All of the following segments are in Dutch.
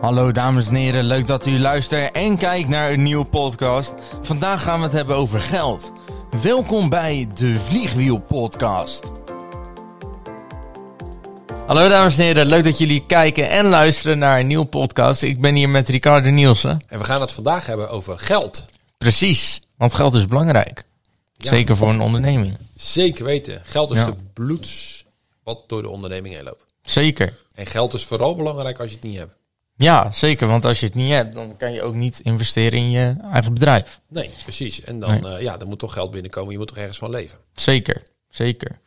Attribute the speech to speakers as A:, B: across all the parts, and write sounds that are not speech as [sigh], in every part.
A: Hallo dames en heren, leuk dat u luistert en kijkt naar een nieuwe podcast. Vandaag gaan we het hebben over geld. Welkom bij de Vliegwiel Podcast. Hallo dames en heren, leuk dat jullie kijken en luisteren naar een nieuwe podcast. Ik ben hier met Ricardo Nielsen.
B: En we gaan het vandaag hebben over geld.
A: Precies, want geld is belangrijk.
B: Ja.
A: Zeker voor een onderneming.
B: Zeker weten. Geld is
A: Ja.
B: de bloeds wat door de onderneming heen loopt.
A: Zeker.
B: En geld is vooral belangrijk als je het niet hebt.
A: Ja, zeker, want als je het niet hebt, dan kan je ook niet investeren in je eigen bedrijf.
B: Nee, precies. En dan, eh, ja, dan moet toch geld binnenkomen. Je moet toch ergens van leven.
A: Zeker, zeker.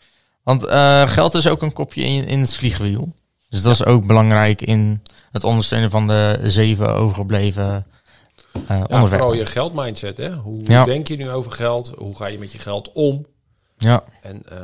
A: Want eh, geld is ook een kopje in, in het vliegwiel. Dus dat is ook belangrijk in het ondersteunen van de zeven overgebleven eh
B: Ja,
A: onderwerpen.
B: vooral je geldmindset. Hè? Hoe
A: Ja.
B: denk je nu over geld? Hoe ga je met je geld om?
A: Ja,
B: En eh,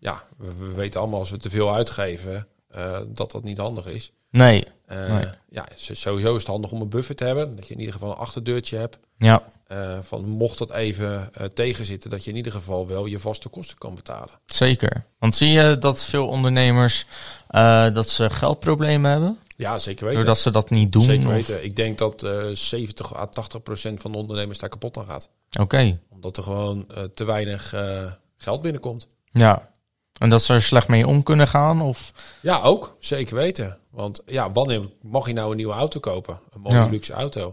B: ja, we, we weten allemaal als we te veel uitgeven, eh, dat dat niet handig is.
A: nee,
B: Eh,
A: Nee.
B: Ja, s- sowieso is het handig om een buffer te hebben. Dat je in ieder geval een achterdeurtje hebt.
A: ja,
B: Eh, van mocht dat even eh, tegenzitten, dat je in ieder geval wel je vaste kosten kan betalen.
A: zeker. Want zie je dat veel ondernemers eh, dat ze geldproblemen hebben?
B: Ja, zeker weten.
A: Doordat ze dat niet doen?
B: zeker
A: of-
B: weten. Ik denk dat eh 70 à 80 procent van de ondernemers daar kapot aan gaat.
A: Oké,
B: Omdat er gewoon eh, te weinig eh, geld binnenkomt.
A: ja. En dat ze er slecht mee om kunnen gaan? Of...
B: Ja, ook. Zeker weten. Want ja, wanneer mag je nou een nieuwe auto kopen? Een mooie
A: Ja.
B: luxe auto.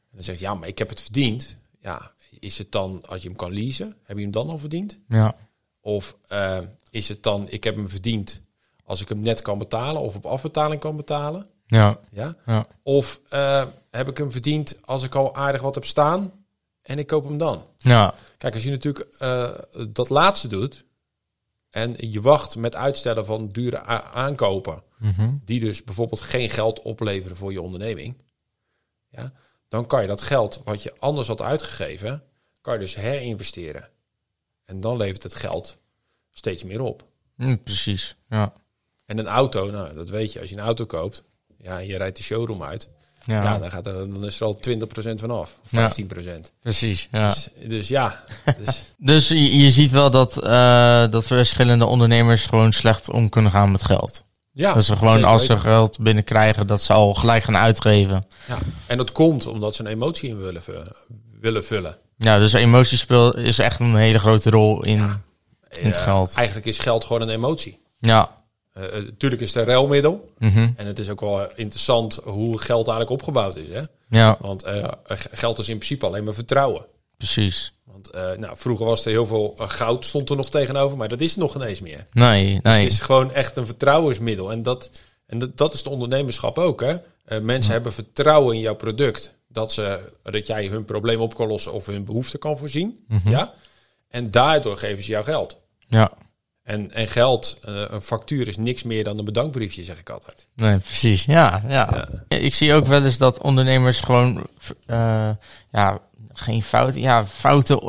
B: En dan zegt je, ja, maar ik heb het verdiend. Ja, is het dan, als je hem kan leasen, heb je hem dan al verdiend?
A: Ja,
B: Of eh, is het dan, ik heb hem verdiend als ik hem net kan betalen of op afbetaling kan betalen?
A: ja,
B: Ja.
A: ja,
B: Of eh, heb ik hem verdiend als ik al aardig wat heb staan en ik koop hem dan?
A: ja,
B: Kijk, als je natuurlijk eh, dat laatste doet en je wacht met uitstellen van dure a- aankopen,
A: mhm,
B: die dus bijvoorbeeld geen geld opleveren voor je onderneming, ja, dan kan je dat geld wat je anders had uitgegeven, kan je dus herinvesteren. En dan levert het geld steeds meer op.
A: Hm, precies. Ja.
B: En een auto, nou, dat weet je, als je een auto koopt, ja, en je rijdt de showroom uit,
A: Ja,
B: ja, dan, gaat er, dan is er al 20% vanaf. Of
A: Ja.
B: 15%.
A: precies. Ja.
B: Dus, dus ja. Dus,
A: [laughs] Dus je, je ziet wel dat, eh, dat verschillende ondernemers gewoon slecht om kunnen gaan met geld.
B: ja
A: dat ze gewoon
B: zeker
A: als ze
B: weten.
A: geld binnenkrijgen, dat ze al gelijk gaan uitgeven.
B: Ja. En dat komt omdat ze een emotie in willen, vu- willen vullen.
A: Ja, dus emotiespel is echt een hele grote rol in, in het
B: Eh,
A: geld.
B: Eigenlijk is geld gewoon een emotie. Eh,
A: Ja,
B: Natuurlijk is het een ruilmiddel.
A: mhm,
B: En het is ook wel interessant hoe geld eigenlijk opgebouwd is. Hè?
A: ja
B: Want eh, g- geld is in principe alleen maar vertrouwen.
A: precies.
B: Want eh, nou, vroeger was er heel veel eh, goud stond er nog tegenover, maar dat is het nog ineens meer.
A: Nee,
B: Dus
A: nee.
B: het is gewoon echt een vertrouwensmiddel. En dat, en dat, dat is de ondernemerschap ook. Hè? Eh, mensen hebben vertrouwen in jouw product. Dat, ze, dat jij hun probleem op kan lossen of hun behoeften kan voorzien. ja? En daardoor geven ze jou geld.
A: Ja,
B: En, en geld, eh, een factuur is niks meer dan een bedankbriefje, zeg ik altijd.
A: nee, precies. Ja, ja. Ik zie ook wel eens dat ondernemers gewoon, eh, ja, geen fouten, ja, foute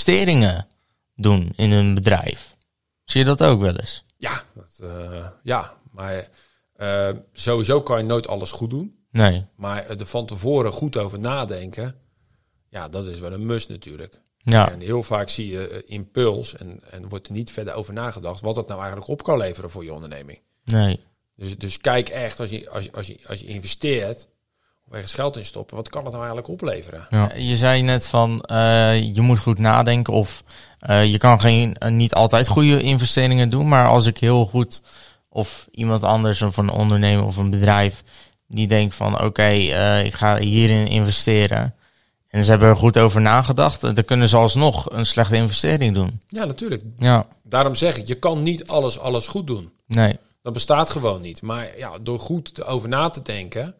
A: investeringen doen in hun bedrijf. Zie je dat ook wel eens?
B: Ja, dat, eh, ja maar eh, sowieso kan je nooit alles goed doen.
A: Nee.
B: Maar eh, er van tevoren goed over nadenken, ja, dat is wel een must natuurlijk.
A: Ja,
B: En heel vaak zie je eh, impuls en, en wordt er niet verder over nagedacht wat dat nou eigenlijk op kan leveren voor je onderneming.
A: nee.
B: Dus, dus kijk echt, als je, als, je, als, je, als je investeert of ergens geld in stoppen, wat kan het nou eigenlijk opleveren?
A: Ja. Je zei net van eh, je moet goed nadenken of eh, je kan geen, eh, niet altijd goede investeringen doen, maar als ik heel goed of iemand anders of een ondernemer of een bedrijf die denkt van oké, eh, ik ga hierin investeren en ze hebben er goed over nagedacht, eh, dan kunnen ze alsnog een slechte investering doen.
B: Ja, natuurlijk.
A: Ja,
B: Daarom zeg ik, je kan niet alles, alles goed doen.
A: nee,
B: Dat bestaat gewoon niet. Maar ja, door goed over na te denken,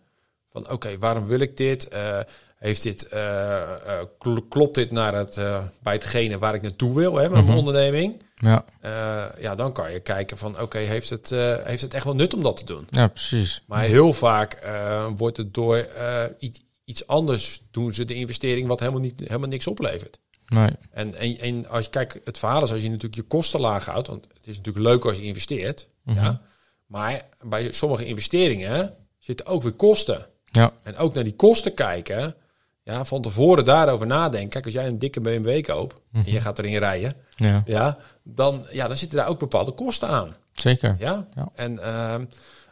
B: van oké, waarom wil ik dit? Eh, heeft dit eh, eh, kl- klopt dit naar het, eh, bij hetgene waar ik naartoe wil hè, met mijn onderneming?
A: ja,
B: Eh, ja, dan kan je kijken van oké, heeft, het, eh, heeft het echt wel nut om dat te doen?
A: ja, precies.
B: Maar heel vaak eh, wordt het door eh, iets, iets anders doen ze de investering wat helemaal, niet, helemaal niks oplevert.
A: Nee,
B: En, en, en als je kijkt, het verhaal is als je natuurlijk je kosten laag houdt, want het is natuurlijk leuk als je investeert. ja, maar bij sommige investeringen zitten ook weer kosten.
A: ja,
B: En ook naar die kosten kijken, ja, van tevoren daarover nadenken. Kijk, als jij een dikke BMW koopt en je gaat erin rijden,
A: ja,
B: ja, dan, ja, dan zitten daar ook bepaalde kosten aan.
A: zeker.
B: Ja?
A: Ja.
B: En ehm,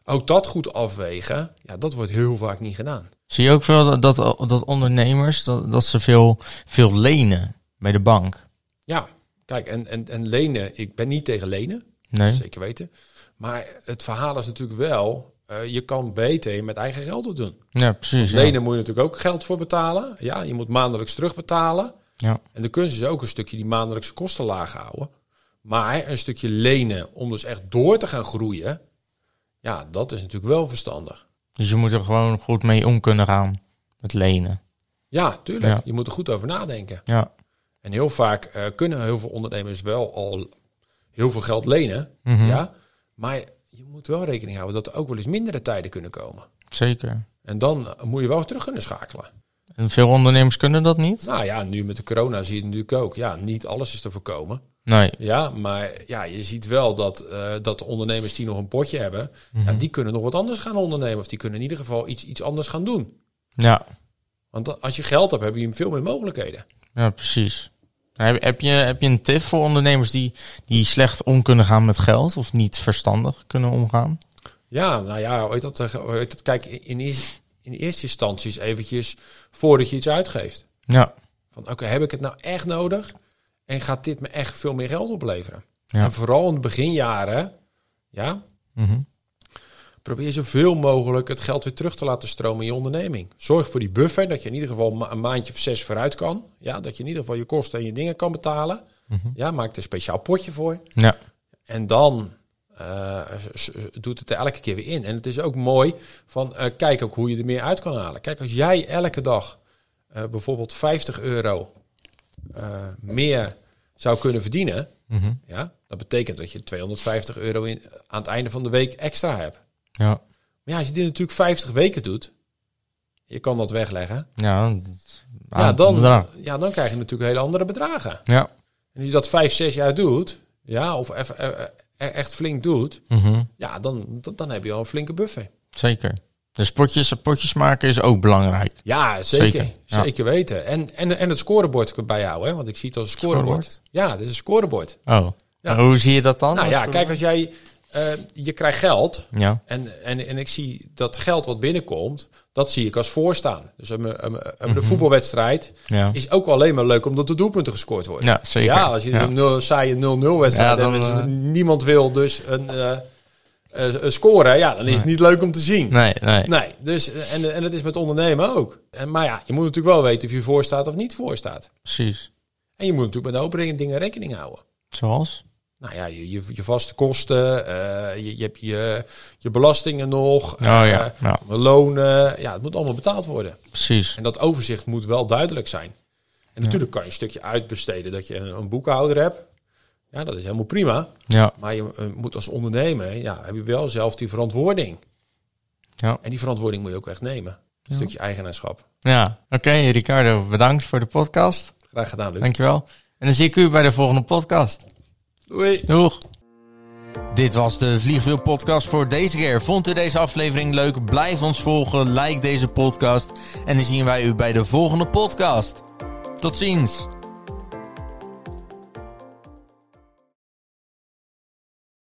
B: ook dat goed afwegen, ja, dat wordt heel vaak niet gedaan.
A: Zie je ook veel dat, dat, dat ondernemers, dat, dat ze veel, veel lenen bij de bank?
B: Ja, kijk, en, en, en lenen, ik ben niet tegen lenen,
A: Nee?
B: zeker weten. Maar het verhaal is natuurlijk wel, eh, je kan beter met eigen geld het doen.
A: Ja, precies. ja.
B: Lenen moet je natuurlijk ook geld voor betalen. Ja, je moet maandelijks terugbetalen.
A: Ja.
B: En de kunst is ook een stukje die maandelijkse kosten laag houden. Maar een stukje lenen om dus echt door te gaan groeien. Ja, dat is natuurlijk wel verstandig.
A: Dus je moet er gewoon goed mee om kunnen gaan met lenen.
B: Ja, tuurlijk.
A: Ja.
B: Je moet er goed over nadenken.
A: Ja.
B: En heel vaak eh, kunnen heel veel ondernemers wel al heel veel geld lenen.
A: Mhm.
B: Ja, maar je moet wel rekening houden dat er ook wel eens mindere tijden kunnen komen.
A: Zeker.
B: En dan eh, moet je wel terug kunnen schakelen.
A: En veel ondernemers kunnen dat niet?
B: Nou ja, nu met de corona zie je het natuurlijk ook. Ja, niet alles is te voorkomen.
A: Nee.
B: Ja, maar ja, je ziet wel dat, eh, dat de ondernemers die nog een potje hebben, ja, die kunnen nog wat anders gaan ondernemen. Of die kunnen in ieder geval iets, iets anders gaan doen.
A: Ja,
B: Want da- als je geld hebt, heb je veel meer mogelijkheden.
A: ja precies. Heb, heb, je, heb je een tip voor ondernemers die, die slecht om kunnen gaan met geld of niet verstandig kunnen omgaan?
B: Ja, nou ja, weet dat, eh, hoe heet dat, kijk, in, eers- in eerste instantie is eventjes voordat je iets uitgeeft.
A: Ja,
B: Van oké, heb ik het nou echt nodig? En gaat dit me echt veel meer geld opleveren?
A: Ja.
B: En vooral in de beginjaren, ja,
A: Mhm.
B: Probeer zoveel mogelijk het geld weer terug te laten stromen in je onderneming. Zorg voor die buffer, dat je in ieder geval ma- een maandje of zes vooruit kan. Ja, dat je in ieder geval je kosten en je dingen kan betalen. Ja, maak er een speciaal potje voor.
A: ja.
B: En dan eh, s- s- doet het er elke keer weer in. En het is ook mooi van eh, kijk ook hoe je er meer uit kan halen. Kijk, als jij elke dag eh, bijvoorbeeld 50 euro eh, meer zou kunnen verdienen,
A: Mhm.
B: ja, dat betekent dat je 250 euro in, aan het einde van de week extra hebt.
A: ja.
B: Maar ja, als je dit natuurlijk 50 weken doet, je kan dat wegleggen.
A: Ja, dat- aan
B: Ja
A: het
B: dan,
A: bedrag.
B: ja, dan krijg je natuurlijk hele andere bedragen.
A: Ja.
B: En als je dat 5, 6 jaar doet, ja, of eff- eh, eh, echt flink doet,
A: Mhm.
B: ja, dan, dan, dan heb je al een flinke buffer.
A: Zeker. Dus potjes, potjes maken is ook belangrijk.
B: Ja, zeker. Zeker,
A: Zeker, ja.
B: weten. En, en, en het scorebord bijhouden, hè? want ik zie het als een scorebord.
A: Scorebord?
B: Ja, dit is een scorebord.
A: Oh.
B: Ja.
A: Hoe zie je dat dan?
B: Nou ja, kijk, als jij, eh, je krijgt geld,
A: Ja.
B: En, en, en ik zie dat geld wat binnenkomt, dat zie ik als voorstaan. Dus een, een, een,
A: Mhm.
B: een voetbalwedstrijd
A: Ja.
B: is ook alleen maar leuk omdat de doelpunten gescoord worden.
A: Ja, zeker.
B: Ja, als je
A: Ja.
B: een nul, saaie 0-0 wedstrijd
A: Ja, dan,
B: hebt, en
A: eh,
B: niemand wil dus een, eh, eh, eh, scoren, ja, dan is het niet leuk om te zien.
A: Nee, nee.
B: Nee, dus, eh, en, en dat is met ondernemen ook. En, maar ja, je moet natuurlijk wel weten of je voor staat of niet voor staat.
A: Precies.
B: En je moet natuurlijk met een hoop dingen- dingen rekening houden.
A: Zoals?
B: Nou ja, je, je, je vaste kosten, eh, je, je hebt je, je belastingen nog,
A: Oh ja,
B: eh,
A: ja.
B: lonen. Ja, het moet allemaal betaald worden.
A: Precies.
B: En dat overzicht moet wel duidelijk zijn. En natuurlijk kan je een stukje uitbesteden dat je een, een boekhouder hebt. Ja, dat is helemaal prima.
A: Ja.
B: Maar je eh, moet als ondernemer, ja, heb je wel zelf die verantwoording.
A: Ja.
B: En die verantwoording moet je ook echt nemen. Een stukje eigenaarschap.
A: Ja. Oké, Ricardo, bedankt voor de podcast.
B: Graag gedaan, Luc.
A: Dankjewel. En dan zie ik u bij de volgende podcast.
B: Doei.
A: Doeg! Dit was de Vliegwiel podcast voor deze keer. Vond u deze aflevering leuk? Blijf ons volgen, like deze podcast. En dan zien wij u bij de volgende podcast. Tot ziens!